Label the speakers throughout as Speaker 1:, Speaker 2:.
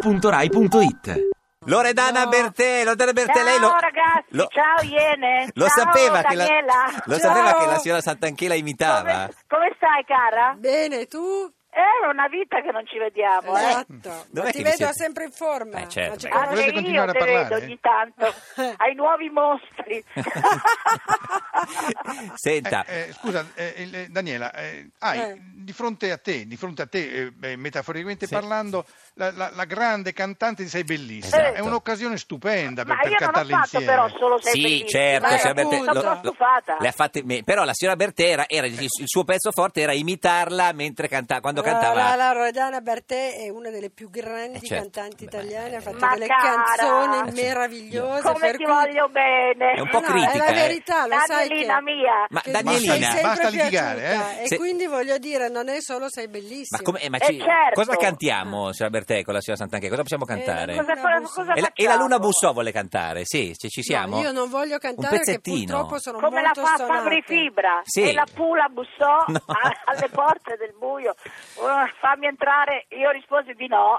Speaker 1: radio2pod.rai.it
Speaker 2: Loredana Bertè, Loredana Bertè,
Speaker 3: Ciao
Speaker 2: lei lo,
Speaker 3: ragazzi,
Speaker 2: lo-
Speaker 3: ciao Iene,
Speaker 2: lo
Speaker 3: ciao
Speaker 2: sapeva, che la,
Speaker 3: Daniela.
Speaker 2: lo sapeva
Speaker 3: Ciao.
Speaker 2: che la signora Santanchela imitava?
Speaker 3: Come, come stai cara?
Speaker 4: Bene, tu?
Speaker 3: Era una vita che non ci vediamo, eh.
Speaker 4: Esatto.
Speaker 2: Dov'è
Speaker 4: Ma
Speaker 2: che
Speaker 4: ti
Speaker 2: vi
Speaker 4: vedo
Speaker 2: siete?
Speaker 4: sempre in forma.
Speaker 2: Eh, certo,
Speaker 4: Ma ci
Speaker 2: beh.
Speaker 4: conosci?
Speaker 3: Anche
Speaker 5: volete
Speaker 3: io
Speaker 5: continuare
Speaker 3: te
Speaker 5: a parlare?
Speaker 3: vedo ogni tanto, ai nuovi mostri.
Speaker 2: Senta,
Speaker 5: Eh, eh, scusa, eh, il- eh, Daniela, eh, hai
Speaker 4: Eh.
Speaker 5: di fronte a te, di fronte a te eh, beh, metaforicamente parlando, la, la- la grande cantante di Sei Bellissima.
Speaker 3: Esatto.
Speaker 5: È un'occasione stupenda per,
Speaker 3: Ma
Speaker 5: per
Speaker 3: io non ho
Speaker 5: cantarla
Speaker 3: fatto
Speaker 5: insieme.
Speaker 3: però solo sei
Speaker 2: sì,
Speaker 3: bellissima.
Speaker 2: certo,
Speaker 4: Eh,
Speaker 2: signora Bertè,
Speaker 4: appunto.
Speaker 2: lo-
Speaker 3: sono
Speaker 2: lo-
Speaker 3: stufata.
Speaker 2: le ha fatte me- però la signora Bertè era, era- il il suo pezzo forte era imitarla mentre canta,
Speaker 3: Ah,
Speaker 2: quando cantava.
Speaker 4: La, la Loredana Bertè è una delle più grandi
Speaker 2: Eh, certo.
Speaker 4: cantanti
Speaker 2: Beh,
Speaker 4: italiane, ha fatto
Speaker 3: eh, Ma
Speaker 4: delle
Speaker 3: cara!
Speaker 4: canzoni
Speaker 2: Eh, sì.
Speaker 4: meravigliose.
Speaker 3: Come
Speaker 4: per
Speaker 3: ti
Speaker 4: cui-
Speaker 3: voglio bene.
Speaker 2: È un
Speaker 4: No,
Speaker 2: po'
Speaker 4: no,
Speaker 2: critica,
Speaker 4: è la
Speaker 2: eh.
Speaker 4: verità, lo sai che...
Speaker 3: Danielina mia.
Speaker 2: Ma
Speaker 4: che mi sei
Speaker 2: Danielina,
Speaker 4: sempre
Speaker 5: Basta litigare,
Speaker 4: piaciuta
Speaker 5: eh.
Speaker 4: e
Speaker 2: Se-
Speaker 4: quindi voglio dire non è solo sei bellissima
Speaker 2: ma come- eh, ma
Speaker 3: Eh,
Speaker 2: ci-
Speaker 3: certo.
Speaker 2: cosa cantiamo, signora Bertè, con la signora Santanchela? Cosa possiamo cantare?
Speaker 4: Eh,
Speaker 3: Cosa, cosa, cosa
Speaker 2: E la, e la
Speaker 3: facciamo?
Speaker 2: Luna Bussò vuole cantare, sì, ci, ci siamo.
Speaker 4: No, io non voglio
Speaker 2: Un
Speaker 4: cantare perché
Speaker 2: pezzettino.
Speaker 4: purtroppo sono
Speaker 3: Come la
Speaker 4: molto
Speaker 3: fa
Speaker 4: stonata.
Speaker 3: Fabri Fibra
Speaker 2: Sì.
Speaker 3: e la Pula bussò
Speaker 2: No.
Speaker 3: a- alle porte del buio. Uh, fammi entrare, io risposi di no.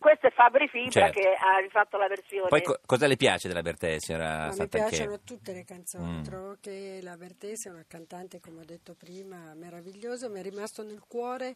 Speaker 3: Questo è Fabri Fibra
Speaker 2: Certo.
Speaker 3: che ha rifatto la versione.
Speaker 2: Poi co- cosa le piace della Bertè, signora
Speaker 4: Ma mi
Speaker 2: Santanchela?
Speaker 4: piacciono tutte le canzoni,
Speaker 2: Mm.
Speaker 4: trovo che la Bertese è una cantante, come ho detto prima, meravigliosa, mi è rimasto nel cuore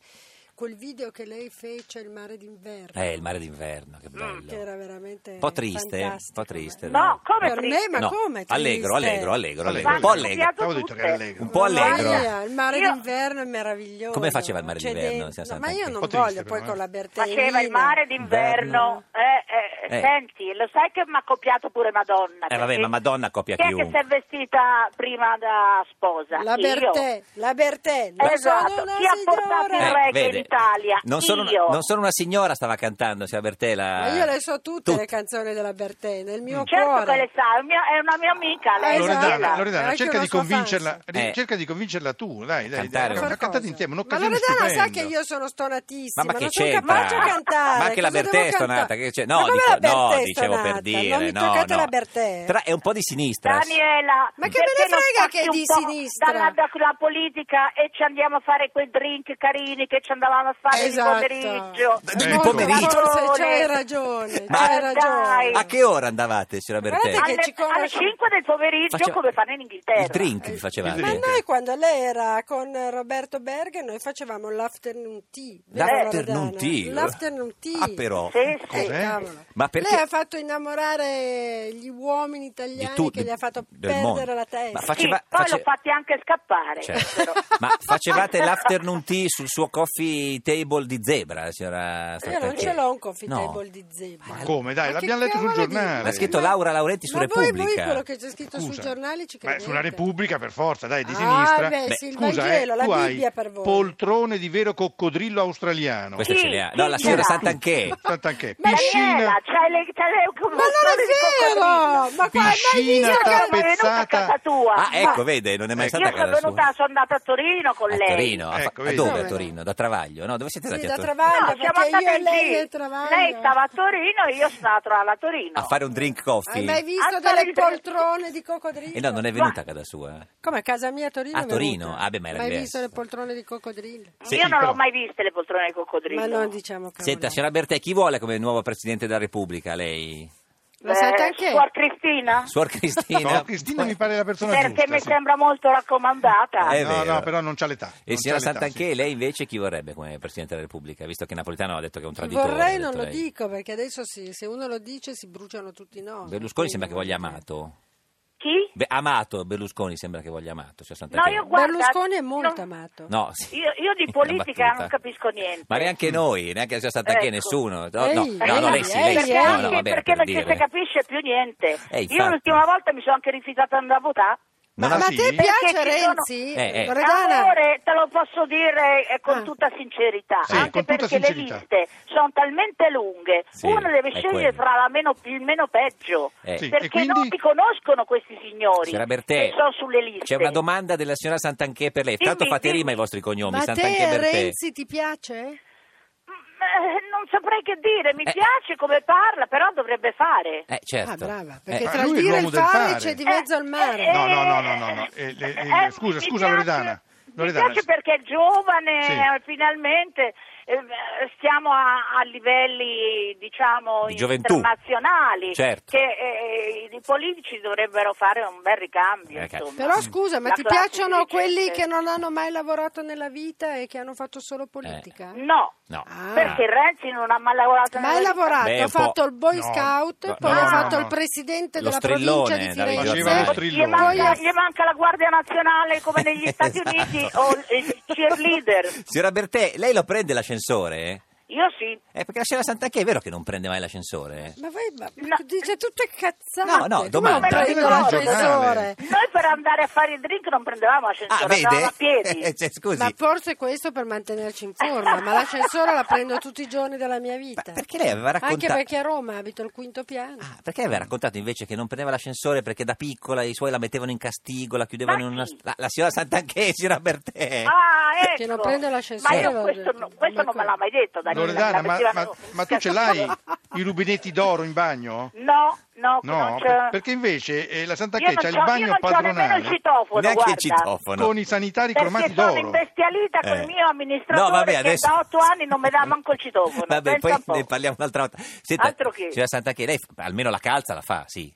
Speaker 4: quel video che lei fece, Il mare d'inverno,
Speaker 2: Eh, il mare d'inverno, che bello.
Speaker 4: che era veramente
Speaker 2: Un po' triste, eh? un
Speaker 4: fantastico. eh.
Speaker 2: po' triste.
Speaker 3: No, come
Speaker 4: Per
Speaker 3: prima?
Speaker 4: me, ma
Speaker 2: No,
Speaker 4: come? triste?
Speaker 2: Allegro, allegro, allegro, allegro.
Speaker 5: Allegro,
Speaker 2: Un po'
Speaker 3: allegro.
Speaker 2: allegro.
Speaker 5: Avevo detto che era allegro.
Speaker 2: Un po' allegro.
Speaker 4: Maria, il mare
Speaker 3: Io-
Speaker 4: d'inverno è meraviglioso.
Speaker 2: Come faceva il mare d'inverno,
Speaker 4: dentro-
Speaker 2: signora
Speaker 4: no, ma io
Speaker 2: Santanchè?
Speaker 4: non
Speaker 5: Un po' triste,
Speaker 4: voglio
Speaker 5: però,
Speaker 4: poi
Speaker 5: eh.
Speaker 4: con la Bertese.
Speaker 3: Faceva il mare d'inverno. Eh, eh,
Speaker 2: Eh.
Speaker 3: Senti, lo sai che mi ha copiato pure Madonna?
Speaker 2: Eh, vabbè,
Speaker 3: perché
Speaker 2: ma Madonna copia
Speaker 3: chi è
Speaker 2: chiunque.
Speaker 3: che si è vestita prima da sposa?
Speaker 4: La
Speaker 3: Io.
Speaker 4: Bertè, la Bertè, non sono
Speaker 3: Esatto,
Speaker 4: una
Speaker 3: chi ha portato il
Speaker 4: signora.
Speaker 3: reggae in Italia?
Speaker 2: Eh, Non sono, una,
Speaker 3: Io.
Speaker 2: non sono una signora, stava cantando, signora Bertè. La...
Speaker 4: Ma io le so tutte, le canzoni della Bertè, nel mio
Speaker 3: Certo
Speaker 4: cuore.
Speaker 3: che le sa, è mia- è una mia amica lei.
Speaker 4: Esatto.
Speaker 5: Loredana,
Speaker 3: Bella.
Speaker 5: Loredana,
Speaker 4: Anche
Speaker 5: cerca
Speaker 4: una
Speaker 5: di
Speaker 4: sua
Speaker 5: convincerla,
Speaker 2: fans.
Speaker 5: ri-
Speaker 2: Eh.
Speaker 5: cercata di convincerla tu, dai, dai,
Speaker 2: Cantare
Speaker 5: dai,
Speaker 2: una-
Speaker 5: una
Speaker 4: cosa.
Speaker 5: cantata insieme,
Speaker 4: Ma
Speaker 5: un'occasione
Speaker 4: Loredana sa
Speaker 5: stupenda.
Speaker 4: che io sono stonatissima,
Speaker 2: Ma, ma che
Speaker 4: non sono
Speaker 2: c'entra?
Speaker 4: capace a cantare.
Speaker 2: Ma anche la
Speaker 4: cosa devo
Speaker 2: Bertè è
Speaker 4: cantare?
Speaker 2: stonata. Che c'è?
Speaker 4: Ma
Speaker 2: No,
Speaker 4: come
Speaker 2: dico,
Speaker 4: la Bertè
Speaker 2: no
Speaker 4: è
Speaker 2: dicevo per
Speaker 4: stonata?
Speaker 2: dire.
Speaker 4: Non mi
Speaker 2: no,
Speaker 4: toccate
Speaker 2: no.
Speaker 4: la Bertè.
Speaker 2: Tra- è un po' di sinistra.
Speaker 3: Daniela,
Speaker 4: Ma che
Speaker 3: perché
Speaker 4: me ne
Speaker 3: non
Speaker 4: frega
Speaker 3: stacchi
Speaker 4: che è
Speaker 3: un
Speaker 4: di
Speaker 3: po'
Speaker 4: sinistra?
Speaker 3: Dalla, dalla politica e ci andiamo a fare quei drink carini che ci andavamo a fare
Speaker 4: Esatto. Cioè,
Speaker 3: il pomeriggio.
Speaker 2: D- il
Speaker 4: Molto
Speaker 2: pomeriggio.
Speaker 4: forse C'hai
Speaker 3: ragione.
Speaker 4: ragione,
Speaker 2: Ma-
Speaker 4: c'hai
Speaker 3: Dai.
Speaker 4: ragione.
Speaker 2: A che ora andavate, signora
Speaker 4: Guardate
Speaker 2: Bertè?
Speaker 4: che
Speaker 3: Alle,
Speaker 4: ci conosce-
Speaker 3: alle 5 del pomeriggio
Speaker 2: Faceva-
Speaker 3: come fanno in Inghilterra.
Speaker 2: Il drink vi
Speaker 5: Il
Speaker 4: Ma
Speaker 2: facevate?
Speaker 5: drink.
Speaker 4: noi quando lei era con Roberto Berger noi facevamo l'afternoon tea. vero,
Speaker 2: L'afternoon
Speaker 4: Loredana?
Speaker 2: tea.
Speaker 4: L'afternoon tea.
Speaker 2: Ah, però.
Speaker 3: Sì, sì.
Speaker 4: Eh,
Speaker 5: Cos'è?
Speaker 4: cavolo.
Speaker 2: Ma perché-
Speaker 4: Lei ha fatto innamorare gli uomini italiani
Speaker 2: tu-
Speaker 4: che gli ha fatto
Speaker 2: del
Speaker 4: perdere
Speaker 2: mondo.
Speaker 4: la testa.
Speaker 2: Ma faceva-
Speaker 3: sì, poi
Speaker 2: face-
Speaker 3: l'ho fatti anche scappare.
Speaker 2: Certo.
Speaker 3: però.
Speaker 2: Ma facevate l'afternoon tea sul suo coffee table di zebra, signora
Speaker 4: Io non
Speaker 2: Santanchè?
Speaker 4: ce l'ho un coffee
Speaker 2: No.
Speaker 4: table di zebra.
Speaker 5: Ma come, dai,
Speaker 4: Ma
Speaker 5: l'abbiamo
Speaker 4: che
Speaker 5: letto sul
Speaker 4: cavolo di-
Speaker 5: giornale.
Speaker 2: L'ha scritto Laura Laurenti su
Speaker 4: ma voi-
Speaker 2: Repubblica.
Speaker 4: Voi quello che c'è scritto sui
Speaker 5: Scusa.
Speaker 4: giornali ci
Speaker 5: Beh,
Speaker 4: credete?
Speaker 5: sulla Repubblica per forza, dai, di
Speaker 4: Ah,
Speaker 5: sinistra.
Speaker 4: beh,
Speaker 2: Beh,
Speaker 4: sì, il
Speaker 5: Scusa,
Speaker 4: Vangelo,
Speaker 5: eh,
Speaker 4: la
Speaker 5: tu hai
Speaker 4: Bibbia per voi.
Speaker 5: poltrone di vero coccodrillo australiano.
Speaker 2: Questa
Speaker 3: Chi?
Speaker 2: ce le ha.
Speaker 3: Chi
Speaker 2: No, la
Speaker 3: ce
Speaker 2: signora
Speaker 3: l'ha?
Speaker 2: Santanchè.
Speaker 5: Tanto anche
Speaker 3: Ma
Speaker 5: piscina,
Speaker 3: Daniela, c'hai le, c'hai le
Speaker 4: Ma non è vero! Ma qua è mai
Speaker 5: Piscina,
Speaker 4: visto che...
Speaker 5: tappa-
Speaker 3: Sono venuta a
Speaker 5: Pezzata.
Speaker 3: casa tua.
Speaker 2: Ah, ecco,
Speaker 3: Ma-
Speaker 2: vede, non è mai
Speaker 5: Io
Speaker 2: stata
Speaker 3: Io
Speaker 2: a casa
Speaker 3: sono venuta,
Speaker 2: sua.
Speaker 3: sono andata a Torino con
Speaker 2: a
Speaker 3: lei.
Speaker 2: Torino, a,
Speaker 5: Ecco,
Speaker 2: a
Speaker 5: vedi.
Speaker 2: dove a
Speaker 4: Dove?
Speaker 2: Torino? Da Travaglio? No, dove siete
Speaker 4: Sì,
Speaker 2: andati
Speaker 4: da
Speaker 2: a Torino?
Speaker 4: Travaglio,
Speaker 3: No, siamo
Speaker 4: perché io
Speaker 3: andati
Speaker 4: e
Speaker 3: in
Speaker 4: lei
Speaker 3: giro.
Speaker 4: e Travaglio.
Speaker 3: Lei stava a Torino e io sono andata a Torino.
Speaker 2: A fare un drink coffee?
Speaker 4: Hai mai visto
Speaker 3: Ah,
Speaker 4: delle
Speaker 3: sorride-
Speaker 4: poltrone di coccodrillo?
Speaker 2: E Eh, no, non è venuta a casa sua.
Speaker 4: Come a casa mia a Torino?
Speaker 2: A
Speaker 4: è venuta.
Speaker 2: Torino? Ah, beh, ma era
Speaker 4: Mai
Speaker 2: diverso.
Speaker 4: visto le poltrone di coccodrillo?
Speaker 5: Sì,
Speaker 3: io non
Speaker 5: però-
Speaker 3: l'ho mai viste le poltrone del coccodrillo.
Speaker 4: Ma non diciamo che...
Speaker 2: Senta, signora Bertè, chi vuole come nuovo Presidente della Repubblica? Lei?
Speaker 4: Ma
Speaker 3: Eh,
Speaker 4: senta anche...
Speaker 3: Suor Cristina?
Speaker 2: Suor Cristina?
Speaker 5: No, Cristina mi pare la persona
Speaker 3: Perché
Speaker 5: giusta.
Speaker 3: mi
Speaker 5: sì.
Speaker 3: sembra molto raccomandata.
Speaker 2: Eh, È
Speaker 5: no,
Speaker 2: vero.
Speaker 5: no, però non c'ha l'età.
Speaker 2: E
Speaker 5: non
Speaker 2: signora
Speaker 5: c'ha l'età,
Speaker 2: Santanchè,
Speaker 5: sì.
Speaker 2: lei invece chi vorrebbe come Presidente della Repubblica? Visto che Napolitano ha detto che è un traditore.
Speaker 4: Vorrei
Speaker 2: ha
Speaker 4: non
Speaker 2: detto
Speaker 4: lo
Speaker 2: lei.
Speaker 4: dico perché adesso sì, se uno lo dice si bruciano tutti noi.
Speaker 2: Berlusconi sembra che voglia amato.
Speaker 3: Chi?
Speaker 2: Beh, amato, Berlusconi sembra che voglia amato. signora
Speaker 3: No,
Speaker 2: Santanchè.
Speaker 3: io guarda...
Speaker 4: Berlusconi è molto
Speaker 3: non-
Speaker 4: amato.
Speaker 2: No, sì.
Speaker 3: Io, io di
Speaker 2: Una
Speaker 3: politica
Speaker 2: battuta.
Speaker 3: non capisco niente.
Speaker 2: Ma neanche noi, neanche la signora Santanchè,
Speaker 3: Ecco.
Speaker 2: nessuno. No,
Speaker 4: Ehi,
Speaker 2: no, no, no, lei
Speaker 4: ehi,
Speaker 2: sì, lei sì.
Speaker 3: perché
Speaker 2: No,
Speaker 3: anche-
Speaker 2: no, vabbè,
Speaker 3: perché
Speaker 2: per
Speaker 3: non ci
Speaker 2: dire.
Speaker 3: si capisce più niente.
Speaker 2: Eh, infatti.
Speaker 3: Io l'ultima volta mi sono anche rifiutata di andare a votare.
Speaker 5: Ma-
Speaker 2: Non
Speaker 4: Ma
Speaker 2: ha-
Speaker 4: a
Speaker 5: Ah, sì?
Speaker 4: te piace
Speaker 3: Perché ci sono-
Speaker 4: Renzi?
Speaker 2: Eh, eh.
Speaker 4: Loredana?
Speaker 3: Amore, te lo posso dire eh, con
Speaker 4: Ah.
Speaker 3: tutta sincerità,
Speaker 5: Sì,
Speaker 3: anche
Speaker 5: con tutta
Speaker 3: perché
Speaker 5: sincerità.
Speaker 3: le liste sono talmente lunghe,
Speaker 2: Sì,
Speaker 3: uno deve
Speaker 2: è quello.
Speaker 3: scegliere fra la meno, il meno peggio,
Speaker 2: Eh. Sì,
Speaker 5: e
Speaker 3: perché
Speaker 5: quindi-
Speaker 3: non ti conoscono questi signori
Speaker 2: Signora Bertè,
Speaker 3: che sono sulle liste.
Speaker 2: c'è una domanda della signora Santanchè per lei.
Speaker 3: Dimmi,
Speaker 2: Tanto fate
Speaker 3: dimmi.
Speaker 2: rima i vostri cognomi,
Speaker 4: Ma a
Speaker 2: Santanchè
Speaker 4: te
Speaker 2: Bertè.
Speaker 4: Renzi ti piace?
Speaker 3: Mm, eh, non saprei che dire, mi
Speaker 2: Eh.
Speaker 3: piace come parla, però dovrebbe fare.
Speaker 2: Eh, certo.
Speaker 4: Ah, brava, perché
Speaker 2: Eh,
Speaker 5: Ma
Speaker 4: tra il
Speaker 5: lui è
Speaker 4: dire e
Speaker 5: l'uomo
Speaker 4: il
Speaker 5: del
Speaker 4: fare,
Speaker 5: fare.
Speaker 4: c'è di mezzo al mare.
Speaker 3: Eh, eh,
Speaker 5: No, no, no, no, no, no. Eh, le- eh,
Speaker 3: eh,
Speaker 5: scusa,
Speaker 3: mi
Speaker 5: scusa,
Speaker 3: piace-
Speaker 5: Loredana.
Speaker 3: Mi
Speaker 5: Loredana,
Speaker 3: piace perché è giovane,
Speaker 5: Sì.
Speaker 3: eh, finalmente, eh, stiamo a, a livelli diciamo
Speaker 2: Di gioventù.
Speaker 3: internazionali
Speaker 2: Certo.
Speaker 3: che eh, i politici dovrebbero fare un bel ricambio.
Speaker 2: Eh, ca-
Speaker 3: insomma.
Speaker 4: Però scusa, ma
Speaker 3: La
Speaker 4: ti
Speaker 3: classe
Speaker 4: piacciono
Speaker 3: dirigente.
Speaker 4: quelli che non hanno mai lavorato nella vita e che hanno fatto solo politica?
Speaker 2: Eh.
Speaker 3: No,
Speaker 2: No.
Speaker 4: Ah.
Speaker 3: perché Renzi non ha mai lavorato
Speaker 4: Ma hai
Speaker 3: nella vita.
Speaker 4: lavorato,
Speaker 2: Beh,
Speaker 4: ha
Speaker 2: un po'.
Speaker 4: fatto il Boy
Speaker 5: No,
Speaker 4: Scout,
Speaker 2: no,
Speaker 4: poi
Speaker 3: no,
Speaker 4: ha fatto
Speaker 5: no.
Speaker 4: il presidente
Speaker 2: Lo
Speaker 4: della provincia di
Speaker 2: strillone, dai,
Speaker 4: Firenze. Eh,
Speaker 5: Faceva lo
Speaker 3: Gli
Speaker 5: strillone.
Speaker 3: manca,
Speaker 4: Poi-
Speaker 3: gli manca la Guardia Nazionale come negli Stati
Speaker 2: Esatto.
Speaker 3: Uniti o il
Speaker 5: Esatto.
Speaker 3: cheerleader.
Speaker 2: Signora Bertè, lei lo prende l'ascensore?
Speaker 3: Io sì.
Speaker 2: Eh, perché la signora Sant'Anchè è vero che non prende mai l'ascensore?
Speaker 4: Ma voi ma,
Speaker 3: No.
Speaker 4: dice tutte cazzate.
Speaker 2: No, no,
Speaker 4: Come non
Speaker 2: domanda.
Speaker 4: prendo
Speaker 3: Ma perché
Speaker 5: non giornale?
Speaker 4: l'ascensore?
Speaker 3: Noi per andare a fare i drink non prendevamo ascensore,
Speaker 2: Ah,
Speaker 3: andavamo
Speaker 2: vede?
Speaker 3: a piedi.
Speaker 2: Eh, cioè, scusi.
Speaker 4: Ma forse è questo per mantenerci in forma, ma l'ascensore la prendo tutti i giorni della mia
Speaker 2: Ma
Speaker 4: vita.
Speaker 2: perché lei aveva
Speaker 4: Anche
Speaker 2: raccontato...
Speaker 4: perché a Roma abito al quinto piano.
Speaker 2: Ah, perché aveva raccontato invece che non prendeva l'ascensore perché da piccola i suoi la mettevano in castigo, la chiudevano
Speaker 3: Ma
Speaker 2: in una...
Speaker 3: chi?
Speaker 2: La, la signora Sant'Anchè, signora Bertè.
Speaker 3: Ah, ecco.
Speaker 4: Che non prende l'ascensore,
Speaker 3: Ma io
Speaker 4: l'ho
Speaker 3: questo,
Speaker 4: detto.
Speaker 3: no- questo non me l'ha mai detto, Danilo. La
Speaker 5: Loredana, ma,
Speaker 3: metteva-
Speaker 5: ma- ma tu ce l'hai i rubinetti d'oro in bagno?
Speaker 3: No, no,
Speaker 5: No,
Speaker 3: non c'è.
Speaker 5: per- perché invece eh, la Santa
Speaker 3: Io
Speaker 5: Che
Speaker 3: non
Speaker 5: c'ha il
Speaker 3: c'ho- io
Speaker 5: bagno
Speaker 3: non c'ho nemmeno il
Speaker 5: padronale
Speaker 3: citofono,
Speaker 2: Neanche
Speaker 3: guarda.
Speaker 2: il citofono.
Speaker 5: con i sanitari cromati
Speaker 3: Perché sono
Speaker 5: d'oro.
Speaker 3: imbestialita col
Speaker 2: Eh.
Speaker 3: mio amministratore
Speaker 2: No, vabbè,
Speaker 3: che
Speaker 2: adesso-
Speaker 3: da otto anni non mi dà manco il citofono.
Speaker 2: Vabbè,
Speaker 3: Pensa
Speaker 2: poi
Speaker 3: un po'.
Speaker 2: ne parliamo un'altra volta. Senta,
Speaker 3: Altro che-
Speaker 2: signora Sant'Anchè, lei f- almeno la calza la fa, sì.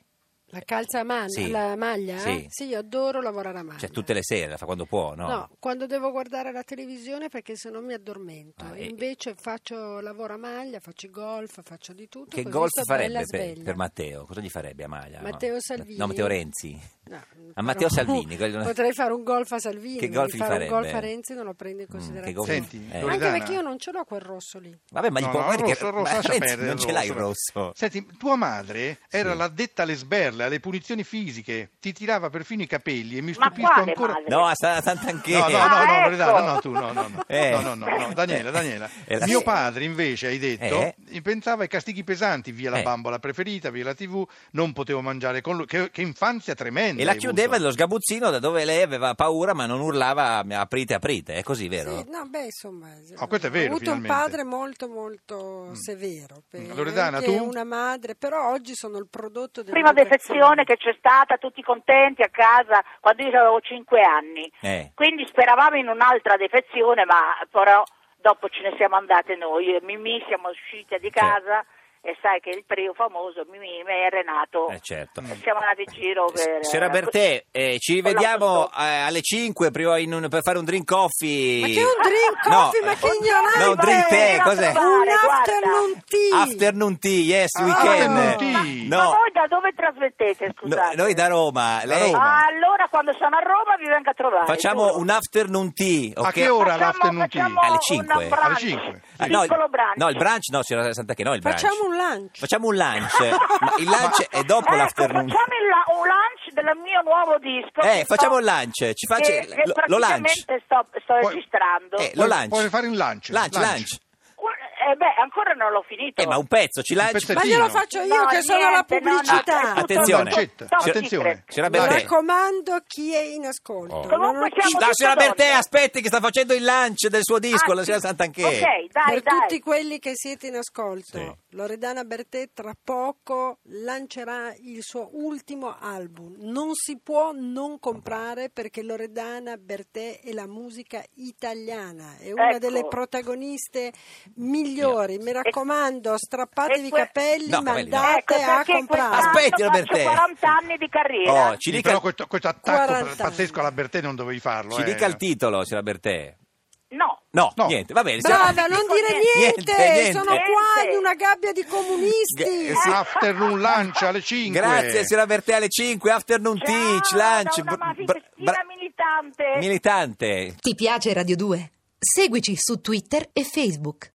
Speaker 4: La calza a mano,
Speaker 2: Sì.
Speaker 4: la maglia? eh?
Speaker 2: Sì.
Speaker 4: io adoro lavorare a mano.
Speaker 5: Ah,
Speaker 2: Cioè, tutte
Speaker 5: eh.
Speaker 2: le sere, la fa quando può, no?
Speaker 4: No. quando devo guardare la televisione perché se no mi addormento.
Speaker 2: Ah, e-
Speaker 4: Invece faccio lavoro a maglia, faccio i golf, faccio di tutto.
Speaker 2: Che
Speaker 4: così
Speaker 2: golf
Speaker 4: sto bella
Speaker 2: farebbe per,
Speaker 4: sveglia.
Speaker 2: per Matteo? Cosa gli farebbe a Maglia? no?
Speaker 4: Matteo Salvini.
Speaker 2: No, Matteo Renzi.
Speaker 4: No,
Speaker 2: a Matteo
Speaker 4: però-
Speaker 2: Salvini. quello-
Speaker 4: Potrei fare un golf a Salvini.
Speaker 2: Che golf
Speaker 4: di
Speaker 2: gli
Speaker 4: fare
Speaker 2: farebbe?
Speaker 4: un golf a Renzi non lo prendo in
Speaker 2: Mm, che
Speaker 4: considerazione.
Speaker 2: golf-
Speaker 5: Senti,
Speaker 2: Eh.
Speaker 5: Loredana.
Speaker 4: Anche perché io non ce l'ho quel rosso lì.
Speaker 2: Vabbè, ma gli
Speaker 5: No,
Speaker 2: può
Speaker 5: no,
Speaker 2: guardi che-
Speaker 5: rosso, rosso,
Speaker 2: ma
Speaker 5: lascia
Speaker 2: Renzi
Speaker 5: perdere
Speaker 2: non
Speaker 5: il
Speaker 2: ce l'ha il
Speaker 5: rosso.
Speaker 2: rosso.
Speaker 5: Senti, tua madre era
Speaker 2: Sì.
Speaker 5: l'addetta alle sberle, alle punizioni fisiche, ti tirava perfino i capelli e mi
Speaker 3: Ma
Speaker 5: stupisco
Speaker 3: quale
Speaker 5: ancora.
Speaker 3: madre?
Speaker 2: No, a Sa- Sant'Anchè.
Speaker 5: No, no, no,
Speaker 3: Ah,
Speaker 5: no,
Speaker 3: ecco.
Speaker 5: Loredana, no, tu, no, no, no,
Speaker 2: Eh.
Speaker 5: no, no, no, no, Daniela, Daniela.
Speaker 2: Eh, la-
Speaker 5: Mio
Speaker 2: Sì.
Speaker 5: padre invece, hai detto,
Speaker 2: Eh.
Speaker 5: pensava ai castighi pesanti, via la
Speaker 2: Eh.
Speaker 5: bambola preferita, via la tv, non potevo mangiare con lui, che, che infanzia tremenda
Speaker 2: E la
Speaker 5: hai
Speaker 2: chiudeva
Speaker 5: avuto.
Speaker 2: nello sgabuzzino da dove lei aveva paura ma non urlava aprite, aprite, è così, vero?
Speaker 4: Sì, no, beh, insomma,
Speaker 5: Ah, questo è
Speaker 4: ho
Speaker 5: vero,
Speaker 4: avuto
Speaker 5: finalmente. Mm.
Speaker 4: un padre molto molto severo. per-
Speaker 5: Loredana,
Speaker 4: anche
Speaker 5: tu?
Speaker 4: una madre, però oggi sono il prodotto della
Speaker 3: prima defezione che c'è stata, tutti contenti a casa quando io avevo 5 anni.
Speaker 2: Eh.
Speaker 3: Quindi speravamo in un'altra defezione, ma però dopo ce ne siamo andate noi. Io e Mimì siamo uscite di casa e sai che il trio famoso Mimì è Renato.
Speaker 2: Eh, certo.
Speaker 5: Mm.
Speaker 3: E siamo andati in giro per...
Speaker 2: Signora Bertè, eh, ci
Speaker 3: con
Speaker 2: rivediamo
Speaker 3: l'autostop.
Speaker 2: eh, alle 5 prima in un- per fare un drink coffee.
Speaker 4: Ma che un drink
Speaker 2: No,
Speaker 4: coffee, ma che
Speaker 2: eh,
Speaker 4: ignorante!
Speaker 2: No, un drink tè, cos'è?
Speaker 3: Guarda.
Speaker 4: Un
Speaker 3: Guarda.
Speaker 4: afternoon tea!
Speaker 2: Afternoon tea, yes,
Speaker 5: Ah,
Speaker 2: weekend.
Speaker 5: afternoon tea.
Speaker 3: Ma
Speaker 2: No,
Speaker 3: voi da dove trasmettete,
Speaker 2: no,
Speaker 3: scusate?
Speaker 2: noi da Roma. Lei...
Speaker 5: Roma.
Speaker 3: Ah, allora quando sono a Roma vi vengo a trovare.
Speaker 2: Facciamo
Speaker 3: giuro.
Speaker 2: un afternoon tea, ok?
Speaker 5: A Ah, che ora
Speaker 3: Facciamo-
Speaker 5: l'afternoon tea?
Speaker 3: facciamo
Speaker 2: Alle
Speaker 3: un
Speaker 2: 5.
Speaker 3: brunch,
Speaker 5: Alle 5,
Speaker 2: Ah,
Speaker 5: sì.
Speaker 2: no, il-
Speaker 3: piccolo brunch.
Speaker 2: no, il brunch no, signora Santa che no, il brunch.
Speaker 4: Facciamo un lunch.
Speaker 2: Facciamo un lunch. ma il lunch è dopo
Speaker 3: ecco,
Speaker 2: l'afternoon.
Speaker 3: Facciamo il la- un lunch del mio nuovo disco.
Speaker 2: Eh,
Speaker 3: che
Speaker 2: facciamo
Speaker 3: sto-
Speaker 2: il lunch, ci faccia-
Speaker 3: che- che
Speaker 2: lo- lo
Speaker 3: praticamente
Speaker 2: lunch.
Speaker 3: Sto, sto
Speaker 5: Poi-
Speaker 3: registrando.
Speaker 2: Eh, lo
Speaker 5: Puoi-
Speaker 2: lunch.
Speaker 5: puoi fare un lunch,
Speaker 2: Lunch,
Speaker 5: lunch.
Speaker 2: lunch.
Speaker 3: Un- eh, beh, ancora non l'ho finito.
Speaker 2: Eh, ma un pezzo, ci lanci.
Speaker 5: pezzettino.
Speaker 4: Ma glielo faccio io
Speaker 3: No,
Speaker 4: che sono la
Speaker 3: niente, no, no,
Speaker 4: pubblicità.
Speaker 3: è tutto-
Speaker 2: Attenzione.
Speaker 3: tutto- tutto
Speaker 5: Attenzione.
Speaker 3: secret.
Speaker 2: Signora
Speaker 4: Mi
Speaker 2: Bertè.
Speaker 4: raccomando chi è in ascolto.
Speaker 2: Oh.
Speaker 4: Non ho
Speaker 3: Comunque
Speaker 4: chi-
Speaker 3: siamo
Speaker 2: La
Speaker 3: tutte
Speaker 2: signora Bertè,
Speaker 3: donne.
Speaker 2: aspetti che sta facendo il lunch del suo disco, la
Speaker 3: Anzi,
Speaker 2: signora Sant'Anchè.
Speaker 3: Ah, Ok, dai,
Speaker 4: per
Speaker 3: dai.
Speaker 4: tutti quelli che siete in ascolto,
Speaker 2: Sì.
Speaker 4: Loredana Bertè tra poco lancerà il suo ultimo album. Non si può non comprare perché Loredana Bertè è la musica italiana, è una
Speaker 3: Ecco.
Speaker 4: delle protagoniste migliori. Mi raccomando, strappatevi
Speaker 3: e
Speaker 4: i
Speaker 3: que-
Speaker 4: capelli,
Speaker 2: No, capelli no.
Speaker 3: Ecco,
Speaker 4: mandate a
Speaker 3: perché
Speaker 4: comprare.
Speaker 3: quest'anno
Speaker 2: Aspetti,
Speaker 3: faccio
Speaker 2: Robertè.
Speaker 3: 40 anni di carriera.
Speaker 2: Oh, ci
Speaker 5: Sì,
Speaker 2: dica,
Speaker 5: però questo, questo attacco
Speaker 4: 40 anni.
Speaker 5: pazzesco alla Bertè non dovevi farlo.
Speaker 2: ci
Speaker 5: eh.
Speaker 2: dica il titolo, signora Bertè.
Speaker 3: No.
Speaker 2: No,
Speaker 5: No.
Speaker 2: niente, va bene. signora-
Speaker 4: Brava, non dire
Speaker 2: Niente,
Speaker 4: niente,
Speaker 2: niente.
Speaker 4: sono qua
Speaker 3: Niente.
Speaker 4: in una gabbia di comunisti.
Speaker 2: Ga-
Speaker 5: Afternoon lunch alle 5.
Speaker 2: Grazie, signora Bertè, alle 5, afternoon
Speaker 3: Ciao,
Speaker 2: teach,
Speaker 3: da
Speaker 2: lunch.
Speaker 3: una
Speaker 2: br-
Speaker 3: mafia
Speaker 2: br-
Speaker 3: festina militante.
Speaker 2: Militante.
Speaker 1: Ti piace Radio 2? Seguici su Twitter e Facebook.